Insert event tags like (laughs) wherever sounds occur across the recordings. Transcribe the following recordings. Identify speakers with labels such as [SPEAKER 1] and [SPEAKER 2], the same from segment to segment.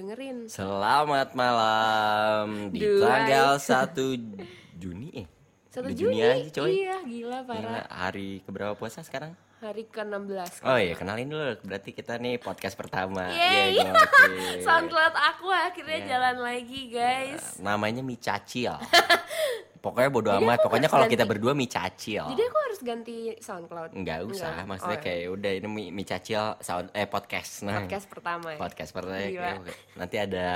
[SPEAKER 1] dengerin.
[SPEAKER 2] Selamat malam di
[SPEAKER 1] Dua.
[SPEAKER 2] tanggal 1 Juni eh.
[SPEAKER 1] Satu
[SPEAKER 2] Udah
[SPEAKER 1] Juni,
[SPEAKER 2] aja coy.
[SPEAKER 1] iya gila
[SPEAKER 2] Gila,
[SPEAKER 1] parah.
[SPEAKER 2] hari keberapa puasa sekarang?
[SPEAKER 1] Hari ke-16.
[SPEAKER 2] Oh iya, kenalin dulu. Berarti kita nih podcast pertama.
[SPEAKER 1] Yeay. (laughs)
[SPEAKER 2] Iya, gokil.
[SPEAKER 1] Soundcloud aku akhirnya jalan lagi guys.
[SPEAKER 2] Nah, Namanya Mi
[SPEAKER 1] (laughs)
[SPEAKER 2] Cacil. pokoknya bodo
[SPEAKER 1] Jadi
[SPEAKER 2] amat.
[SPEAKER 1] aku
[SPEAKER 2] Pokoknya
[SPEAKER 1] harus
[SPEAKER 2] kalau kita
[SPEAKER 1] ganti-
[SPEAKER 2] berdua Mi Cacil.
[SPEAKER 1] Jadi aku harus ganti Soundcloud.
[SPEAKER 2] Enggak usah,
[SPEAKER 1] Enggak.
[SPEAKER 2] maksudnya
[SPEAKER 1] Oh,
[SPEAKER 2] kayak udah ini Mi, Mi Cacil sound eh podcast. Nah,
[SPEAKER 1] podcast pertama. ya?
[SPEAKER 2] podcast pertama
[SPEAKER 1] Gila.
[SPEAKER 2] ya, nanti ada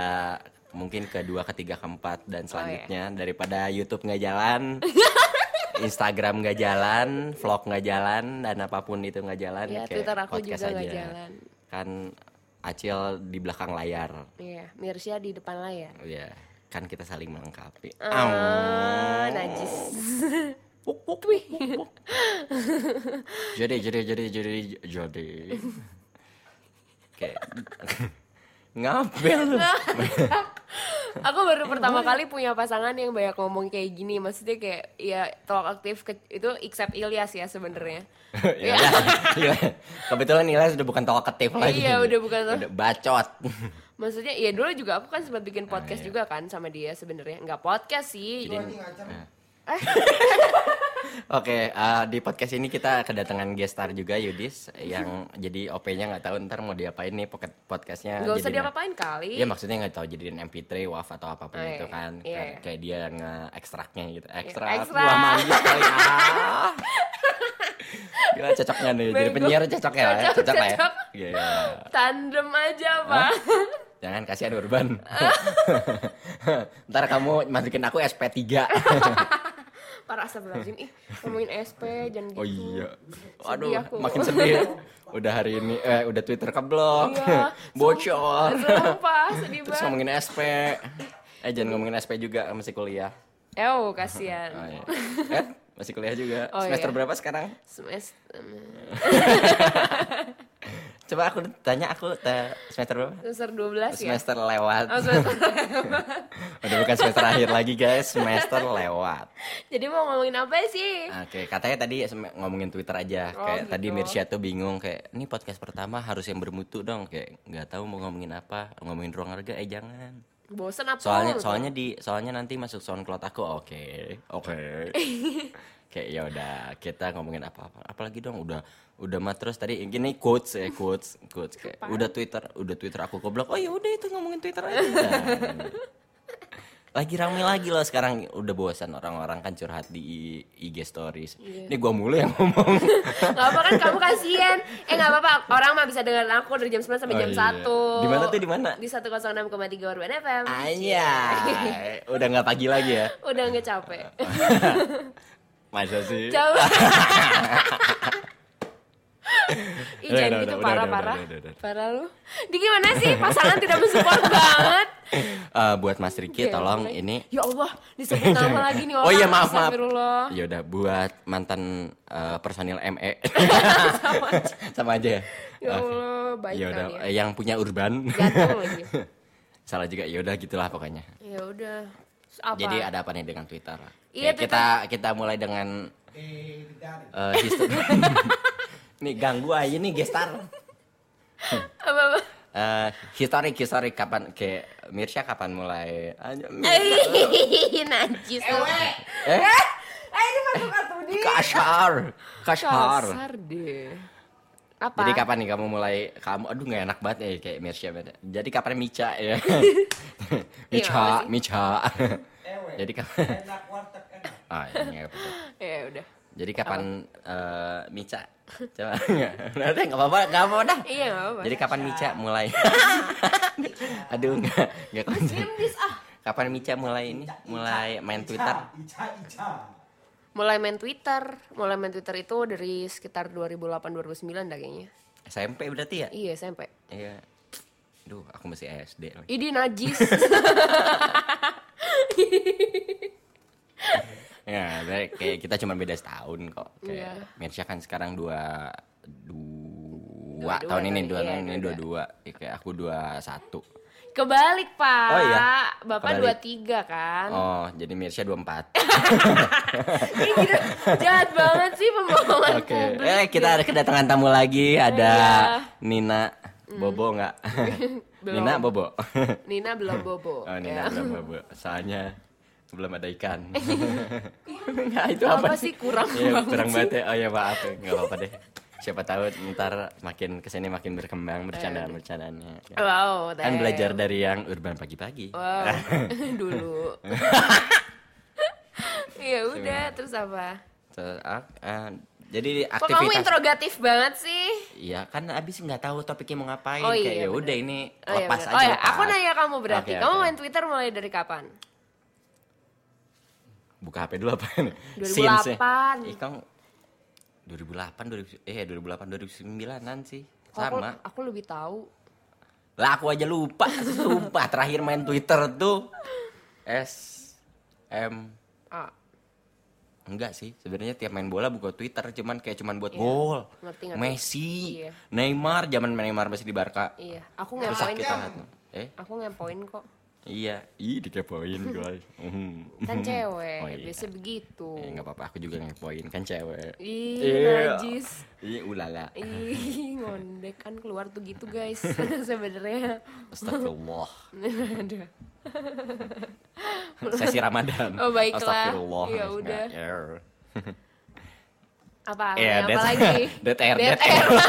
[SPEAKER 2] mungkin kedua ketiga
[SPEAKER 1] Oh,
[SPEAKER 2] keempat dan
[SPEAKER 1] iya.
[SPEAKER 2] selanjutnya daripada YouTube nggak
[SPEAKER 1] (laughs)
[SPEAKER 2] jalan Instagram nggak jalan vlog nggak jalan dan apapun itu nggak jalan
[SPEAKER 1] Ya,
[SPEAKER 2] kayak
[SPEAKER 1] Twitter aku
[SPEAKER 2] podcast
[SPEAKER 1] juga nggak
[SPEAKER 2] aja.
[SPEAKER 1] jalan.
[SPEAKER 2] kan Acil di belakang layar
[SPEAKER 1] Iya, Mirsya di depan layar.
[SPEAKER 2] ya kan kita saling melengkapi
[SPEAKER 1] Ah,
[SPEAKER 2] (laughs)
[SPEAKER 1] najis. Wih.
[SPEAKER 2] jadi jadi jadi jadi jadi
[SPEAKER 1] (laughs)
[SPEAKER 2] kayak ngapel lu.
[SPEAKER 1] (laughs) Nah, Aku
[SPEAKER 2] Eh,
[SPEAKER 1] baru pertama kali punya pasangan yang banyak ngomong kayak gini. Maksudnya kayak ya talk aktif ke- itu except Ilyas ya sebenarnya.
[SPEAKER 2] (laughs) ya udah. Gila. kebetulan Nila sudah bukan talkative lagi.
[SPEAKER 1] Iya, udah bukan talk-
[SPEAKER 2] Udah bacot.
[SPEAKER 1] Maksudnya ya dulu juga aku kan sempat bikin podcast juga kan sama dia sebenarnya. Nggak podcast sih.
[SPEAKER 2] Ah, iya. Jadi-
[SPEAKER 1] Eh.
[SPEAKER 2] (laughs) Oke, eh, di podcast ini kita kedatangan guest star juga Yudis yang jadi OP-nya nggak tahu ntar mau diapain nih pocket podcastnya.
[SPEAKER 1] Gak usah
[SPEAKER 2] jadinya.
[SPEAKER 1] diapa-apain kali.
[SPEAKER 2] Iya maksudnya nggak tahu jadiin MP3, WAV atau
[SPEAKER 1] Oh,
[SPEAKER 2] apapun
[SPEAKER 1] iya,
[SPEAKER 2] itu kan
[SPEAKER 1] iya,
[SPEAKER 2] Kayak-
[SPEAKER 1] iya.
[SPEAKER 2] kayak dia nge-ekstraknya gitu. Ekstra,
[SPEAKER 1] Ekstra.
[SPEAKER 2] buah
[SPEAKER 1] (laughs)
[SPEAKER 2] manggis kali ah. Gila cocok nggak nih jadi
[SPEAKER 1] Bego.
[SPEAKER 2] penyiar cocok ya?
[SPEAKER 1] Cocok,
[SPEAKER 2] lah ya.
[SPEAKER 1] cocok.
[SPEAKER 2] Iya.
[SPEAKER 1] Tandem aja pak.
[SPEAKER 2] Jangan kasihan Urban. Ntar kamu masukin aku SP3.
[SPEAKER 1] Para asap lazim. Ih ngomongin
[SPEAKER 2] (laughs)
[SPEAKER 1] SP jangan gitu.
[SPEAKER 2] (laughs) Oh iya. Aduh,
[SPEAKER 1] Sedih aku.
[SPEAKER 2] makin sedih. Udah hari ini eh udah Twitter keblok.
[SPEAKER 1] Iya.
[SPEAKER 2] (laughs) Bocor.
[SPEAKER 1] Sumpah sedih
[SPEAKER 2] Terus
[SPEAKER 1] banget.
[SPEAKER 2] ngomongin SP. Eh jangan ngomongin SP juga masih kuliah.
[SPEAKER 1] Eh kasihan.
[SPEAKER 2] Oh, iya. (laughs) Eh, masih kuliah juga.
[SPEAKER 1] Oh,
[SPEAKER 2] Semester
[SPEAKER 1] iya.
[SPEAKER 2] berapa sekarang?
[SPEAKER 1] Semester,
[SPEAKER 2] Coba aku tanya aku eh, semester berapa?
[SPEAKER 1] semester 12 ya.
[SPEAKER 2] Semester lewat.
[SPEAKER 1] Oh, semester (laughs)
[SPEAKER 2] Udah bukan semester akhir lagi, guys. Semester lewat.
[SPEAKER 1] Jadi mau ngomongin apa sih?
[SPEAKER 2] Oke, katanya tadi sem- ngomongin Twitter aja.
[SPEAKER 1] Oh,
[SPEAKER 2] kayak
[SPEAKER 1] gitu.
[SPEAKER 2] tadi Mirsya tuh bingung kayak ini podcast pertama harus yang bermutu dong. Kayak nggak tahu mau ngomongin apa, ngomongin ruang harga eh jangan.
[SPEAKER 1] Bosen apa?
[SPEAKER 2] Soalnya
[SPEAKER 1] lu?
[SPEAKER 2] soalnya di soalnya nanti masuk SoundCloud aku. Oke. Oke. kayak ya udah kita ngomongin apa-apa. Apalagi dong udah udah mah terus tadi gini quotes ya quotes quotes kayak udah Twitter, udah Twitter aku goblok. Oh ya udah itu ngomongin Twitter aja. Nah, lagi rame lagi loh sekarang udah bosan orang-orang kan curhat di I- IG stories. Ini gua mulu yang ngomong.
[SPEAKER 1] Gak apa kan kamu kasihan Eh gak apa-apa orang mah bisa dengerin aku dari jam 9 sampai jam 1
[SPEAKER 2] Oh, iya. Di mana tuh, di mana?
[SPEAKER 1] Di 106,3 Urban FM
[SPEAKER 2] Anjay, udah nggak pagi lagi ya.
[SPEAKER 1] Udah gak capek
[SPEAKER 2] Masa sih? (laughs)
[SPEAKER 1] Capek Ih jangan gitu
[SPEAKER 2] Udah, udah, udah, udah,
[SPEAKER 1] parah-parah
[SPEAKER 2] udah, udah, udah, udah.
[SPEAKER 1] Parah lu Di gimana sih pasangan tidak
[SPEAKER 2] (laughs)
[SPEAKER 1] mensupport banget
[SPEAKER 2] Eh, buat Mas Riki
[SPEAKER 1] Gila,
[SPEAKER 2] tolong
[SPEAKER 1] lagi.
[SPEAKER 2] ini
[SPEAKER 1] Ya Allah disebut nama
[SPEAKER 2] (laughs)
[SPEAKER 1] lagi nih orang
[SPEAKER 2] Oh iya maaf maaf. (laughs)
[SPEAKER 1] Astagfirullah.
[SPEAKER 2] Ya udah buat mantan eh, personil ME.
[SPEAKER 1] (laughs)
[SPEAKER 2] Sama aja.
[SPEAKER 1] Ya Allah baik
[SPEAKER 2] Ya udah
[SPEAKER 1] kali ya
[SPEAKER 2] eh, yang punya urban.
[SPEAKER 1] Jatuh lagi
[SPEAKER 2] (laughs) Salah juga. Ya udah gitulah pokoknya.
[SPEAKER 1] Ya udah Terus Apa?
[SPEAKER 2] Jadi ada apa nih dengan Twitter?
[SPEAKER 1] Iya,
[SPEAKER 2] Kayak kita kita mulai dengan eh history. (laughs) nih ganggu aja nih gestar. (laughs)
[SPEAKER 1] Apa-apa
[SPEAKER 2] Eh historik historik kapan kayak Mirsya kapan mulai?
[SPEAKER 1] Ih, (laughs) najis lu.
[SPEAKER 2] Eh
[SPEAKER 1] Eh ini masuk kartu dia
[SPEAKER 2] kasar kasar.
[SPEAKER 1] Kasar deh Apa?
[SPEAKER 2] Jadi kapan nih kamu mulai kamu aduh nggak enak banget ya kayak Mirsya banget. Jadi kapan Mica
[SPEAKER 1] (laughs)
[SPEAKER 2] ya? Mica,
[SPEAKER 1] Iya, apa sih?
[SPEAKER 2] Mica. Jadi kapan? Ah, iya, nggak apa-apa.
[SPEAKER 1] Ya udah
[SPEAKER 2] Jadi kapan eh, Mica? Coba nggak? Udah nggak apa-apa, nggak apa-apa dah.
[SPEAKER 1] Iya gak apa-apa
[SPEAKER 2] Jadi kapan Mica
[SPEAKER 1] (laughs)
[SPEAKER 2] mulai? aduh nggak nggak konsen.
[SPEAKER 1] Please, ah.
[SPEAKER 2] Kapan Mica mulai ini? Mulai main Twitter?
[SPEAKER 3] Ica, Ica.
[SPEAKER 1] Mulai main Twitter Mulai main Twitter itu dari sekitar 2008-2009 dah kayaknya
[SPEAKER 2] SMP berarti ya?
[SPEAKER 1] Iya SMP
[SPEAKER 2] Iya. Duh, aku masih SD lagi.
[SPEAKER 1] Ini najis (laughs)
[SPEAKER 2] Ya, sebenarnya kayak kita cuma beda setahun kok. Kayak
[SPEAKER 1] Iya.
[SPEAKER 2] Mirsya kan sekarang dua dua,
[SPEAKER 1] Dua-dua
[SPEAKER 2] tahun ini
[SPEAKER 1] tadi,
[SPEAKER 2] dua
[SPEAKER 1] iya,
[SPEAKER 2] tahun ini
[SPEAKER 1] dua-dua.
[SPEAKER 2] dua dua. Ya, kayak aku dua satu.
[SPEAKER 1] Kebalik pak
[SPEAKER 2] Oh, iya.
[SPEAKER 1] Bapak
[SPEAKER 2] Kebalik.
[SPEAKER 1] 23 kan Eh,
[SPEAKER 2] Oh, jadi Mirsya dua empat.
[SPEAKER 1] (laughs) Ih, gitu, Jahat banget sih pembohongan
[SPEAKER 2] Oke.
[SPEAKER 1] publik
[SPEAKER 2] Eh, kita ada kedatangan tamu lagi. Ada
[SPEAKER 1] Iya. (laughs)
[SPEAKER 2] Nina Bobo nggak?
[SPEAKER 1] Belum.
[SPEAKER 2] Nina bobo.
[SPEAKER 1] Nina belum bobo.
[SPEAKER 2] oh,
[SPEAKER 1] ya.
[SPEAKER 2] Nina belum bobo. Soalnya belum ada ikan. (laughs) Enggak, itu
[SPEAKER 1] Eh, iya. Apa
[SPEAKER 2] apa,
[SPEAKER 1] sih? Kurang
[SPEAKER 2] Iya,
[SPEAKER 1] banget
[SPEAKER 2] kurang banget ya. Oh ya maaf, ya. enggak apa-apa deh. Siapa tahu ntar makin kesini makin berkembang bercandaan-bercandaannya.
[SPEAKER 1] Wow, damn.
[SPEAKER 2] Kan belajar dari yang urban pagi-pagi. (laughs)
[SPEAKER 1] Wow, dulu. ya udah, terus apa?
[SPEAKER 2] Ter- ah, ah, jadi
[SPEAKER 1] Kok kamu
[SPEAKER 2] aktivitas
[SPEAKER 1] interogatif banget sih?
[SPEAKER 2] Iya kan abis nggak tahu topiknya mau ngapain
[SPEAKER 1] Oh,
[SPEAKER 2] kayak
[SPEAKER 1] iya,
[SPEAKER 2] ya udah ini
[SPEAKER 1] Oh, iya,
[SPEAKER 2] lepas
[SPEAKER 1] bener.
[SPEAKER 2] aja.
[SPEAKER 1] Oh, iya,
[SPEAKER 2] lepas.
[SPEAKER 1] aku nanya kamu berarti.
[SPEAKER 2] Oke,
[SPEAKER 1] kamu
[SPEAKER 2] oke.
[SPEAKER 1] main Twitter mulai dari kapan?
[SPEAKER 2] buka HP dulu apa ini? ya?
[SPEAKER 1] 2008.
[SPEAKER 2] Ih, kamu 2008 2000 eh 2008 2009-an sih.
[SPEAKER 1] Kok Aku,
[SPEAKER 2] Sama.
[SPEAKER 1] aku lebih tahu.
[SPEAKER 2] Lah aku aja lupa, sumpah terakhir main Twitter tuh S M
[SPEAKER 1] Ah,
[SPEAKER 2] enggak sih sebenarnya tiap main bola buka Twitter cuman kayak cuman buat gol
[SPEAKER 1] Iya, Ngerti, ngerti.
[SPEAKER 2] Messi
[SPEAKER 1] Iya.
[SPEAKER 2] Neymar zaman Neymar masih di Barca
[SPEAKER 1] iya. Aku
[SPEAKER 2] terus
[SPEAKER 1] ngepoin
[SPEAKER 2] sakit
[SPEAKER 1] kok.
[SPEAKER 2] banget eh
[SPEAKER 1] Aku ngepoin kok.
[SPEAKER 2] Iya, ih dikepoin guys. Mhm.
[SPEAKER 1] Kan cewek,
[SPEAKER 2] (laughs) Oh, iya.
[SPEAKER 1] biasa begitu.
[SPEAKER 2] Eh, nggak apa-apa, aku juga ngepoin kan cewek.
[SPEAKER 1] Ih,
[SPEAKER 2] Iya.
[SPEAKER 1] najis.
[SPEAKER 2] Iya,
[SPEAKER 1] (laughs)
[SPEAKER 2] ulala.
[SPEAKER 1] Ih, ngondek kan keluar tuh gitu guys (laughs) sebenarnya.
[SPEAKER 2] Astagfirullah.
[SPEAKER 1] Aduh.
[SPEAKER 2] Sesi Ramadan.
[SPEAKER 1] Oh, baiklah.
[SPEAKER 2] Astagfirullah. er.
[SPEAKER 1] Ya udah.
[SPEAKER 2] Air.
[SPEAKER 1] Apa?
[SPEAKER 2] Iya,
[SPEAKER 1] apa
[SPEAKER 2] that's- (laughs)
[SPEAKER 1] lagi?
[SPEAKER 2] that air,
[SPEAKER 1] Dead
[SPEAKER 2] that air. That
[SPEAKER 1] (laughs)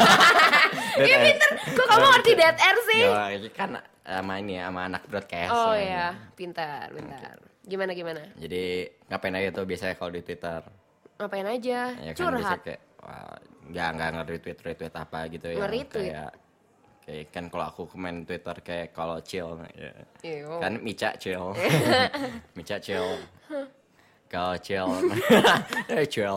[SPEAKER 1] Iya
[SPEAKER 2] air.
[SPEAKER 1] pinter. Kok kamu ngerti dead air sih?
[SPEAKER 2] Ya, ini kan sama ini ya, sama anak broadcast.
[SPEAKER 1] Oh
[SPEAKER 2] ya.
[SPEAKER 1] ya, pintar, pintar. Gimana gimana?
[SPEAKER 2] Jadi ngapain aja tuh biasanya kalau di Twitter?
[SPEAKER 1] Ngapain aja?
[SPEAKER 2] Ya kan biasanya
[SPEAKER 1] Curhat.
[SPEAKER 2] kayak wah, nggak nggak nge-retweet retweet apa gitu ya.
[SPEAKER 1] Nge-retweet?
[SPEAKER 2] Kayak kayak kan kalau aku komen Twitter kayak kalau chill ya.
[SPEAKER 1] Ew.
[SPEAKER 2] Kan Mica chill.
[SPEAKER 1] (laughs)
[SPEAKER 2] Mica chill. Kalau
[SPEAKER 1] (laughs)
[SPEAKER 2] chill. Eh, chill.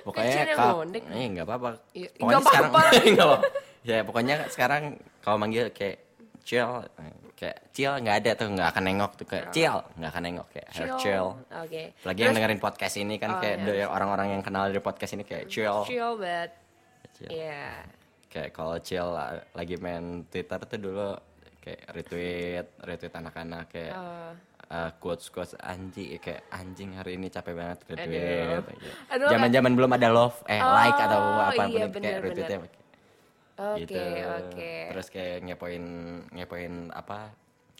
[SPEAKER 1] Kecil
[SPEAKER 2] Pokoknya
[SPEAKER 1] yang
[SPEAKER 2] kalau
[SPEAKER 1] ngondek.
[SPEAKER 2] eh enggak apa-apa.
[SPEAKER 1] Iya,
[SPEAKER 2] Pokoknya
[SPEAKER 1] nggak
[SPEAKER 2] sekarang
[SPEAKER 1] apa-apa.
[SPEAKER 2] (laughs) nggak apa-apa. Ya pokoknya sekarang kalau manggil kayak chill eh, kayak chill nggak ada tuh nggak akan nengok tuh kayak chill nggak akan nengok kayak chill, chill.
[SPEAKER 1] Oke.
[SPEAKER 2] Apalagi yang dengerin podcast ini kan
[SPEAKER 1] Oh,
[SPEAKER 2] kayak
[SPEAKER 1] iya.
[SPEAKER 2] dari orang-orang yang kenal dari podcast ini kayak chill. Iya.
[SPEAKER 1] Chill but
[SPEAKER 2] Chill.
[SPEAKER 1] ya.
[SPEAKER 2] Kayak kalau chill la- lagi main Twitter tuh dulu kayak retweet, retweet anak-anak kayak
[SPEAKER 1] Oh.
[SPEAKER 2] eh, quotes quotes anjing kayak anjing hari ini capek banget retweet. gitu.
[SPEAKER 1] Aduh,
[SPEAKER 2] Zaman-zaman belum ada love eh like atau
[SPEAKER 1] Oh,
[SPEAKER 2] apa
[SPEAKER 1] iya,
[SPEAKER 2] kayak
[SPEAKER 1] bener,
[SPEAKER 2] retweetnya
[SPEAKER 1] Iya.
[SPEAKER 2] gitu.
[SPEAKER 1] Oke, oke.
[SPEAKER 2] Terus kayak ngepoin ngepoin apa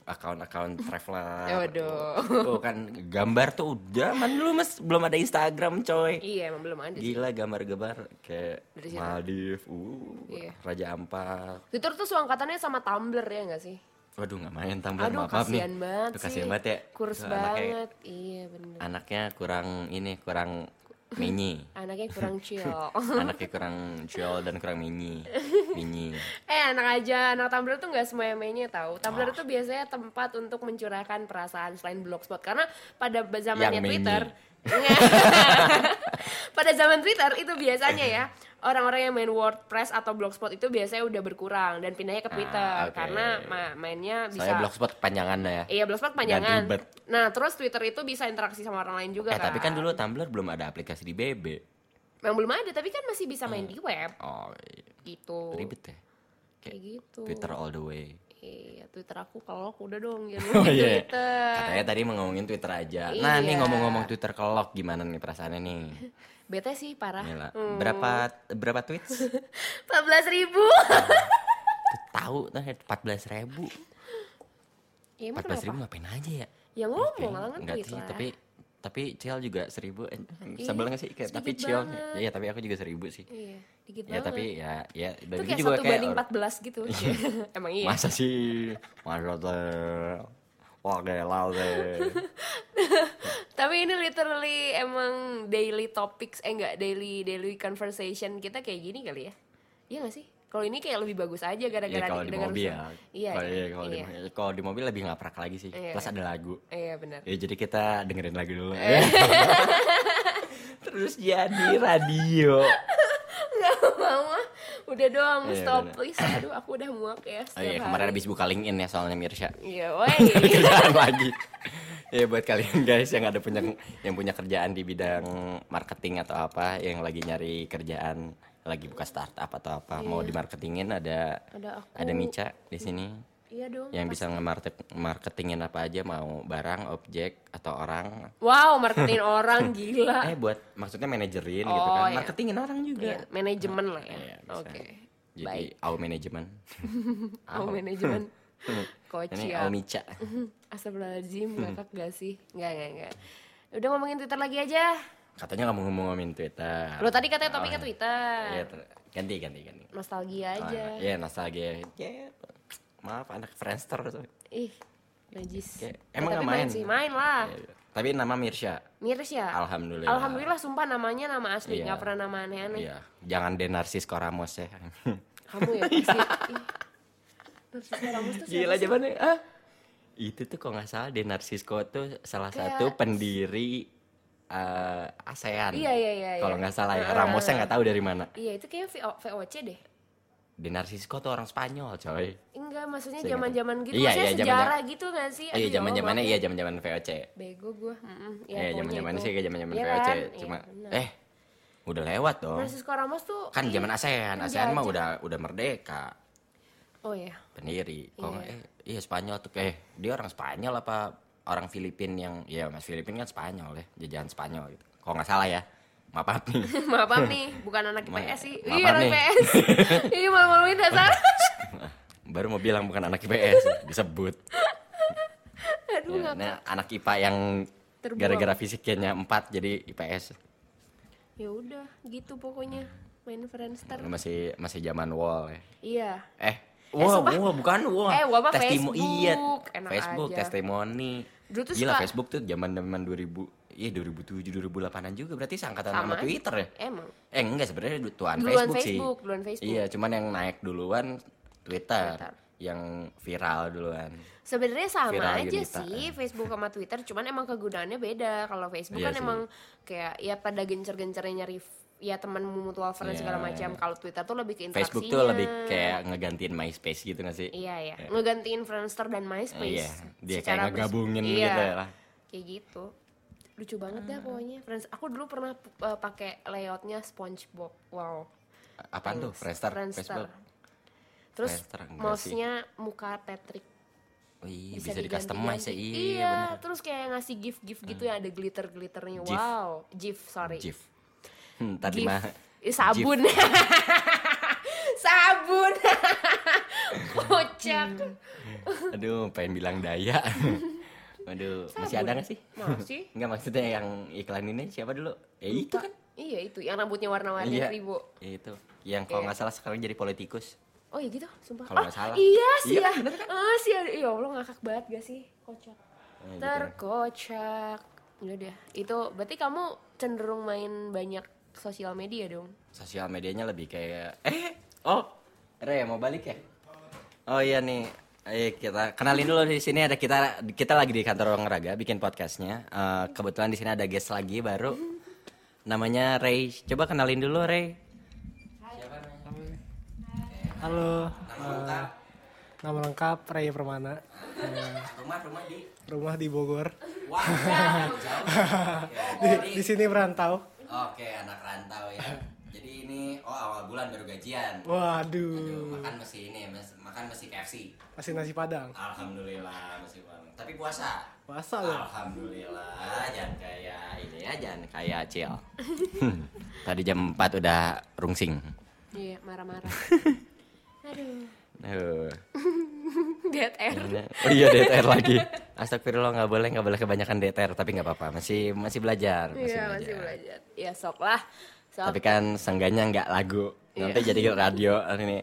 [SPEAKER 2] akun-akun traveler.
[SPEAKER 1] Waduh.
[SPEAKER 2] Tuh kan gambar tuh zaman dulu Mas belum ada Instagram coy.
[SPEAKER 1] Iya, emang belum ada. sih.
[SPEAKER 2] Gila gambar-gambar kayak
[SPEAKER 1] Dari situ.
[SPEAKER 2] Maldives, uh,
[SPEAKER 1] Iya.
[SPEAKER 2] Raja Ampat.
[SPEAKER 1] Twitter tuh seangkatannya sama Tumblr ya enggak sih?
[SPEAKER 2] Waduh nggak main Tumblr
[SPEAKER 1] Aduh,
[SPEAKER 2] maaf, maaf nih.
[SPEAKER 1] kasihan banget
[SPEAKER 2] Aduh,
[SPEAKER 1] sih.
[SPEAKER 2] kasihan banget ya.
[SPEAKER 1] Kurs
[SPEAKER 2] Tuh Anaknya,
[SPEAKER 1] banget. Iya, bener.
[SPEAKER 2] anaknya kurang ini kurang
[SPEAKER 1] (laughs)
[SPEAKER 2] minyi.
[SPEAKER 1] Anaknya
[SPEAKER 2] (laughs)
[SPEAKER 1] kurang chill. (laughs)
[SPEAKER 2] anaknya kurang jual dan kurang minyi. Minyi.
[SPEAKER 1] eh, anak aja, anak Tumblr tuh nggak semuanya-muanya tahu. Tumblr tuh biasanya tempat untuk mencurahkan perasaan selain blogspot karena pada zamannya
[SPEAKER 2] Yang menyi. (laughs)
[SPEAKER 1] Twitter. (laughs) pada zaman Twitter itu biasanya ya orang-orang yang main WordPress atau blogspot itu biasanya udah berkurang dan pindahnya ke Twitter
[SPEAKER 2] Ah, oke.
[SPEAKER 1] karena ma- mainnya bisa
[SPEAKER 2] Saya blogspot panjangannya ya.
[SPEAKER 1] Iya, blogspot panjangan.
[SPEAKER 2] ribet.
[SPEAKER 1] Nah, terus Twitter itu bisa interaksi sama orang lain juga
[SPEAKER 2] eh tapi kan dulu Tumblr belum ada aplikasi di BB.
[SPEAKER 1] Memang belum ada, tapi kan masih bisa main di web
[SPEAKER 2] Oh, iya.
[SPEAKER 1] gitu.
[SPEAKER 2] ribet ya.
[SPEAKER 1] Kayak gitu.
[SPEAKER 2] Twitter all the way.
[SPEAKER 1] Iya, Twitter aku kalau udah
[SPEAKER 2] (laughs)
[SPEAKER 1] dong jangan
[SPEAKER 2] Oh
[SPEAKER 1] main
[SPEAKER 2] iya.
[SPEAKER 1] Twitter.
[SPEAKER 2] Katanya tadi mau ngomongin Twitter aja. Nah,
[SPEAKER 1] Eh. Iya.
[SPEAKER 2] nih ngomong-ngomong Twitter kelok gimana nih perasaannya
[SPEAKER 1] (laughs)
[SPEAKER 2] nih?
[SPEAKER 1] Bete sih parah.
[SPEAKER 2] Gila.
[SPEAKER 1] Hmm.
[SPEAKER 2] Berapa berapa tweets?
[SPEAKER 1] 14
[SPEAKER 2] (laughs)
[SPEAKER 1] ribu.
[SPEAKER 2] Tahu tuh 14 ribu.
[SPEAKER 1] Iya, emang
[SPEAKER 2] 14
[SPEAKER 1] kenapa?
[SPEAKER 2] ribu ngapain aja ya?
[SPEAKER 1] Ya ngomong lah kan
[SPEAKER 2] Enggak
[SPEAKER 1] tweet
[SPEAKER 2] sih,
[SPEAKER 1] lah.
[SPEAKER 2] tapi tapi Cil juga seribu eh, sebel nggak sih kayak tapi
[SPEAKER 1] Iya, sedikit
[SPEAKER 2] Cil
[SPEAKER 1] banget.
[SPEAKER 2] ya tapi aku juga seribu sih
[SPEAKER 1] Iya, dikit
[SPEAKER 2] ya
[SPEAKER 1] banget.
[SPEAKER 2] tapi ya ya
[SPEAKER 1] itu
[SPEAKER 2] dan ini
[SPEAKER 1] kayak
[SPEAKER 2] juga
[SPEAKER 1] satu
[SPEAKER 2] kayak
[SPEAKER 1] banding
[SPEAKER 2] orang-
[SPEAKER 1] 14
[SPEAKER 2] (laughs)
[SPEAKER 1] gitu. (laughs) Emang iya.
[SPEAKER 2] masa sih masa tuh wah gila
[SPEAKER 1] (laughs)
[SPEAKER 2] deh
[SPEAKER 1] Tapi ini literally emang daily topics eh enggak daily daily conversation kita kayak gini kali ya. Iya gak sih? Kalau ini kayak lebih bagus aja
[SPEAKER 2] Iya
[SPEAKER 1] gara-gara
[SPEAKER 2] kalau di
[SPEAKER 1] denger-
[SPEAKER 2] mobil ya.
[SPEAKER 1] Iya.
[SPEAKER 2] Kalau-
[SPEAKER 1] iya,
[SPEAKER 2] iya, kalau di-
[SPEAKER 1] iya.
[SPEAKER 2] kalau di mobil lebih ngaprak lagi sih.
[SPEAKER 1] Iya.
[SPEAKER 2] Plus ada lagu.
[SPEAKER 1] Iya benar.
[SPEAKER 2] Ya jadi kita dengerin lagu dulu. (laughs) Terus jadi radio.
[SPEAKER 1] Gak mau ah. Udah dong,
[SPEAKER 2] Iya,
[SPEAKER 1] stop
[SPEAKER 2] benar.
[SPEAKER 1] please. Aduh, aku udah muak ya.
[SPEAKER 2] Oh
[SPEAKER 1] setiap
[SPEAKER 2] iya kemarin
[SPEAKER 1] hari.
[SPEAKER 2] habis buka LinkedIn ya soalnya Mirsya.
[SPEAKER 1] Iya,
[SPEAKER 2] (laughs)
[SPEAKER 1] woi. (laughs)
[SPEAKER 2] Kerjaan lagi. Ya buat kalian guys yang ada punya yang punya kerjaan di bidang marketing atau apa yang lagi nyari kerjaan lagi buka startup atau
[SPEAKER 1] Iya.
[SPEAKER 2] apa mau di marketingin ada
[SPEAKER 1] Ada aku.
[SPEAKER 2] ada Mica di sini.
[SPEAKER 1] Iya dong.
[SPEAKER 2] yang bisa nge-marketingin apa aja mau barang, objek atau orang.
[SPEAKER 1] Wow, marketing orang gila.
[SPEAKER 2] Eh buat maksudnya manajerin
[SPEAKER 1] Ah. Oh,
[SPEAKER 2] gitu kan.
[SPEAKER 1] iya.
[SPEAKER 2] Marketingin orang juga.
[SPEAKER 1] Iya, manajemen lah ya.
[SPEAKER 2] Iya, bisa.
[SPEAKER 1] Oke.
[SPEAKER 2] Jadi
[SPEAKER 1] Baik.
[SPEAKER 2] au manajemen.
[SPEAKER 1] Oh, manajemen.
[SPEAKER 2] (laughs) Ini Hmm.
[SPEAKER 1] Kocak.
[SPEAKER 2] Almica.
[SPEAKER 1] (laughs) Astagfirullahaladzim, ngakak gak sih? Enggak, enggak, enggak. Udah ngomongin Twitter lagi aja.
[SPEAKER 2] Katanya kamu ngomongin Twitter.
[SPEAKER 1] Lo tadi katanya topiknya Twitter.
[SPEAKER 2] Ah, Iya, ter- ganti ganti ganti.
[SPEAKER 1] Nostalgia
[SPEAKER 2] Ah,
[SPEAKER 1] aja.
[SPEAKER 2] Iya, nostalgia. Ya, Maaf anak Friendster tuh.
[SPEAKER 1] Ih, najis. Eh,
[SPEAKER 2] Kayak, emang
[SPEAKER 1] tapi
[SPEAKER 2] nggak main?
[SPEAKER 1] sih, main lah.
[SPEAKER 2] Ya, tapi nama Mirsya.
[SPEAKER 1] Miris ya?
[SPEAKER 2] Alhamdulillah.
[SPEAKER 1] Alhamdulillah, sumpah namanya nama asli,
[SPEAKER 2] Iya.
[SPEAKER 1] nggak pernah nama aneh-aneh.
[SPEAKER 2] Iya, jangan denarsis Koramos ya.
[SPEAKER 1] Kamu
[SPEAKER 2] (laughs)
[SPEAKER 1] ya
[SPEAKER 2] Iya.
[SPEAKER 1] pasti. Ih. Narsis Noramus tuh siapa
[SPEAKER 2] Gila
[SPEAKER 1] sih?
[SPEAKER 2] jawabannya. Ah. Itu tuh kalau nggak salah De Narsisko tuh salah
[SPEAKER 1] Kayak-
[SPEAKER 2] satu pendiri eh, ASEAN.
[SPEAKER 1] Iya, iya, iya,
[SPEAKER 2] Kalau
[SPEAKER 1] iya.
[SPEAKER 2] nggak salah ya.
[SPEAKER 1] Heeh.
[SPEAKER 2] Ramosnya nggak tahu dari mana.
[SPEAKER 1] Iya, itu kayaknya VO VOC deh.
[SPEAKER 2] De Narsisko tuh orang Spanyol, coy.
[SPEAKER 1] Enggak, maksudnya
[SPEAKER 2] Saya nggak
[SPEAKER 1] zaman-zaman
[SPEAKER 2] tahu.
[SPEAKER 1] gitu.
[SPEAKER 2] Iya,
[SPEAKER 1] maksudnya
[SPEAKER 2] iya,
[SPEAKER 1] sejarah
[SPEAKER 2] zaman-zaman-
[SPEAKER 1] gitu gak sih? Aduh,
[SPEAKER 2] Oh, iya,
[SPEAKER 1] ya Allah,
[SPEAKER 2] zaman-zamannya
[SPEAKER 1] maaf
[SPEAKER 2] iya zaman-zaman VOC.
[SPEAKER 1] ya. Bego gue. Mm-mm. Iya,
[SPEAKER 2] Iya,
[SPEAKER 1] pokoknya
[SPEAKER 2] zaman-zamannya
[SPEAKER 1] itu.
[SPEAKER 2] sih kayak zaman-zaman
[SPEAKER 1] Iya
[SPEAKER 2] VOC.
[SPEAKER 1] kan? Iya,
[SPEAKER 2] Cuma
[SPEAKER 1] benar.
[SPEAKER 2] eh udah lewat dong.
[SPEAKER 1] Francisco Ramos tuh
[SPEAKER 2] Kan
[SPEAKER 1] iya.
[SPEAKER 2] zaman ASEAN, ASEAN mah udah udah merdeka.
[SPEAKER 1] Oh iya. (laughs)
[SPEAKER 2] pendiri. Kalau nggak- eh, iya Spanyol tuh eh dia orang Spanyol apa orang Filipin yang ya Mas Filipin kan Spanyol ya, jajahan Spanyol gitu. Kalau nggak salah ya. Maaf maaf (laughs) nih.
[SPEAKER 1] maaf maaf nih, bukan anak
[SPEAKER 2] Ma-
[SPEAKER 1] IPS sih.
[SPEAKER 2] maaf
[SPEAKER 1] Iya, anak
[SPEAKER 2] nih. (laughs)
[SPEAKER 1] IPS. Iya, malu-maluin dasar.
[SPEAKER 2] Baru mau bilang bukan anak IPS, (laughs) disebut.
[SPEAKER 1] Aduh,
[SPEAKER 2] Ya,
[SPEAKER 1] nggak
[SPEAKER 2] nah, anak IPA yang
[SPEAKER 1] Terbuang.
[SPEAKER 2] gara-gara fisiknya 4 jadi IPS.
[SPEAKER 1] Ya udah, gitu pokoknya. Main Friendster.
[SPEAKER 2] Masih masih zaman wall ya.
[SPEAKER 1] Iya.
[SPEAKER 2] Eh, wah,
[SPEAKER 1] sumpah.
[SPEAKER 2] wah, bukan wah.
[SPEAKER 1] Eh, wah, apa, Facebook.
[SPEAKER 2] Testimo- Iya,
[SPEAKER 1] Enak
[SPEAKER 2] Facebook
[SPEAKER 1] aja.
[SPEAKER 2] testimoni.
[SPEAKER 1] Dulu tuh
[SPEAKER 2] Gila
[SPEAKER 1] suka-
[SPEAKER 2] Facebook tuh zaman-zaman 2000, iya 2007 2008-an juga berarti seangkatan
[SPEAKER 1] Sama
[SPEAKER 2] sama
[SPEAKER 1] aja.
[SPEAKER 2] Twitter ya.
[SPEAKER 1] Emang.
[SPEAKER 2] Eh enggak sebenarnya du- tuan
[SPEAKER 1] Duluan
[SPEAKER 2] Facebook, sih.
[SPEAKER 1] Facebook, duluan Facebook.
[SPEAKER 2] Iya, cuman yang naik duluan Twitter,
[SPEAKER 1] Twitter.
[SPEAKER 2] yang viral duluan.
[SPEAKER 1] Sebenarnya sama
[SPEAKER 2] Viral gitu,
[SPEAKER 1] aja
[SPEAKER 2] Yunita.
[SPEAKER 1] sih Facebook sama Twitter, cuman emang kegunaannya beda. Kalau Facebook
[SPEAKER 2] Iya
[SPEAKER 1] kan
[SPEAKER 2] sih.
[SPEAKER 1] emang kayak ya pada gencer-gencernya nyari f- ya teman mutual friend
[SPEAKER 2] Iya,
[SPEAKER 1] segala
[SPEAKER 2] iya.
[SPEAKER 1] macam. Kalau Twitter tuh lebih ke interaksinya.
[SPEAKER 2] Facebook tuh lebih kayak ngegantiin MySpace gitu gak sih?
[SPEAKER 1] Iya ya, ngegantiin Friendster dan MySpace.
[SPEAKER 2] Iya, dia kayak
[SPEAKER 1] secara bers-
[SPEAKER 2] ngegabungin gitu ya lah.
[SPEAKER 1] Kayak gitu. Lucu banget dah pokoknya. Friends, aku dulu pernah uh, pakai layoutnya SpongeBob. Wow.
[SPEAKER 2] A- Apaan tuh? Friendster,
[SPEAKER 1] Friendster.
[SPEAKER 2] Facebook.
[SPEAKER 1] Terus
[SPEAKER 2] Friendster enggak
[SPEAKER 1] mouse-nya muka Patrick.
[SPEAKER 2] Wih,
[SPEAKER 1] Ya
[SPEAKER 2] bisa, di
[SPEAKER 1] diganti-ganti.
[SPEAKER 2] customize ya. Iya,
[SPEAKER 1] Iya,
[SPEAKER 2] bener. Hmm.
[SPEAKER 1] terus kayak ngasih gift-gift gitu yang ada glitter-glitternya.
[SPEAKER 2] Gif.
[SPEAKER 1] Wow, gif, sorry.
[SPEAKER 2] Jif. Hmm,
[SPEAKER 1] Gif.
[SPEAKER 2] tadi mah
[SPEAKER 1] Ih, sabun. (laughs) sabun. (laughs) Kocak.
[SPEAKER 2] Hmm. Aduh, pengen bilang daya. Aduh, masih ada gak sih?
[SPEAKER 1] Masih?
[SPEAKER 2] Enggak maksudnya yang iklan ini siapa dulu? Eh (laughs) itu kan. Iya. Ya
[SPEAKER 1] Iya itu, yang rambutnya warna-warni ribu.
[SPEAKER 2] Itu. Yang kalau nggak salah sekarang jadi politikus.
[SPEAKER 1] Oh iya gitu, sumpah.
[SPEAKER 2] Kalau
[SPEAKER 1] Ah,
[SPEAKER 2] nggak salah.
[SPEAKER 1] Iya sih
[SPEAKER 2] Iya
[SPEAKER 1] ya. Ah sih ya. Ya Allah ngakak banget gak sih? Kocak.
[SPEAKER 2] Nah, gitu.
[SPEAKER 1] Terkocak. Ya Udah deh. Itu berarti kamu cenderung main banyak sosial media dong.
[SPEAKER 2] Sosial medianya lebih kayak eh oh, Re mau balik ya? Oh iya nih. Eh kita kenalin dulu di sini ada kita kita lagi di kantor olahraga bikin podcastnya. Eh, kebetulan di sini ada guest lagi baru. Namanya Ray. Coba kenalin dulu Ray.
[SPEAKER 3] Halo, eh, nama lengkap Raya Permana.
[SPEAKER 2] Rumah rumah di
[SPEAKER 3] Rumah di Bogor.
[SPEAKER 2] Wah, (laughs) jauh. Oh,
[SPEAKER 3] Di, di sini merantau.
[SPEAKER 2] Oke, anak rantau ya. Jadi ini oh awal bulan baru gajian. Aduh,
[SPEAKER 3] Waduh,
[SPEAKER 2] makan masih ini, mas- makan masih KFC.
[SPEAKER 3] masih nasi Padang.
[SPEAKER 2] Alhamdulillah masih banget. Tapi puasa.
[SPEAKER 3] Puasa loh.
[SPEAKER 2] Alhamdulillah, jangan kayak ini ya, jangan kayak Cil. (laughs) Hmm, Tadi jam 4 udah rungsing.
[SPEAKER 1] Iya, marah-marah. Aduh.
[SPEAKER 2] Aduh.
[SPEAKER 1] Dead air.
[SPEAKER 2] Oh iya DTR lagi. Astagfirullah nggak boleh nggak boleh kebanyakan DTR tapi nggak apa-apa masih masih belajar
[SPEAKER 1] Iya, masih belajar. Ya sok lah. Sok.
[SPEAKER 2] Tapi kan seenggaknya nggak lagu.
[SPEAKER 1] Iya.
[SPEAKER 2] Nanti
[SPEAKER 1] (laughs)
[SPEAKER 2] jadi radio ini.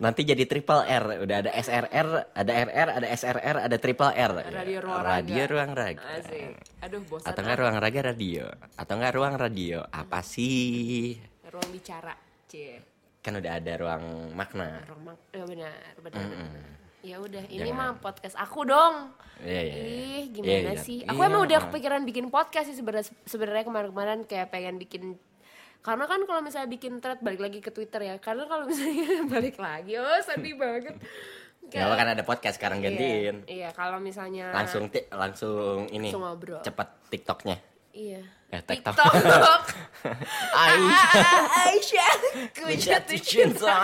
[SPEAKER 2] Nanti jadi triple R. Udah ada SRR, ada RR, ada SRR, ada triple R.
[SPEAKER 1] Radio ruang raga.
[SPEAKER 2] radio ruang raga.
[SPEAKER 1] Asik. Aduh, bosan.
[SPEAKER 2] Atau enggak ruang raga radio. Atau enggak ruang radio. Apa
[SPEAKER 1] Hmm.
[SPEAKER 2] sih?
[SPEAKER 1] ah. Ruang bicara. Cie.
[SPEAKER 2] Kan udah ada ruang makna.
[SPEAKER 1] Ruang mak- ya benar, benar. Ya udah, ini mah podcast aku dong.
[SPEAKER 2] Iya, iya.
[SPEAKER 1] Ih,
[SPEAKER 2] iya.
[SPEAKER 1] gimana
[SPEAKER 2] Iya,
[SPEAKER 1] sih?
[SPEAKER 2] iya.
[SPEAKER 1] Aku
[SPEAKER 2] Iya,
[SPEAKER 1] emang udah
[SPEAKER 2] ah.
[SPEAKER 1] kepikiran bikin podcast sih sebenarnya sebenarnya kemarin-kemarin kayak pengen bikin karena kan kalau misalnya bikin thread balik lagi ke Twitter ya. Karena kalau misalnya (laughs) balik lagi, oh sedih
[SPEAKER 2] (laughs)
[SPEAKER 1] banget.
[SPEAKER 2] Nggak apa kan ada podcast sekarang
[SPEAKER 1] Iya,
[SPEAKER 2] gantiin.
[SPEAKER 1] Iya, kalau misalnya
[SPEAKER 2] Langsung ti- langsung ini.
[SPEAKER 1] Langsung ngobrol.
[SPEAKER 2] Cepet TikToknya.
[SPEAKER 1] Iya.
[SPEAKER 2] Eh, TikTok.
[SPEAKER 1] Ah,
[SPEAKER 2] (laughs) Aisyah
[SPEAKER 1] ah, Aisyah,
[SPEAKER 2] (laughs)
[SPEAKER 1] ku jatuh
[SPEAKER 2] jatuh
[SPEAKER 1] cinta.
[SPEAKER 2] cinta.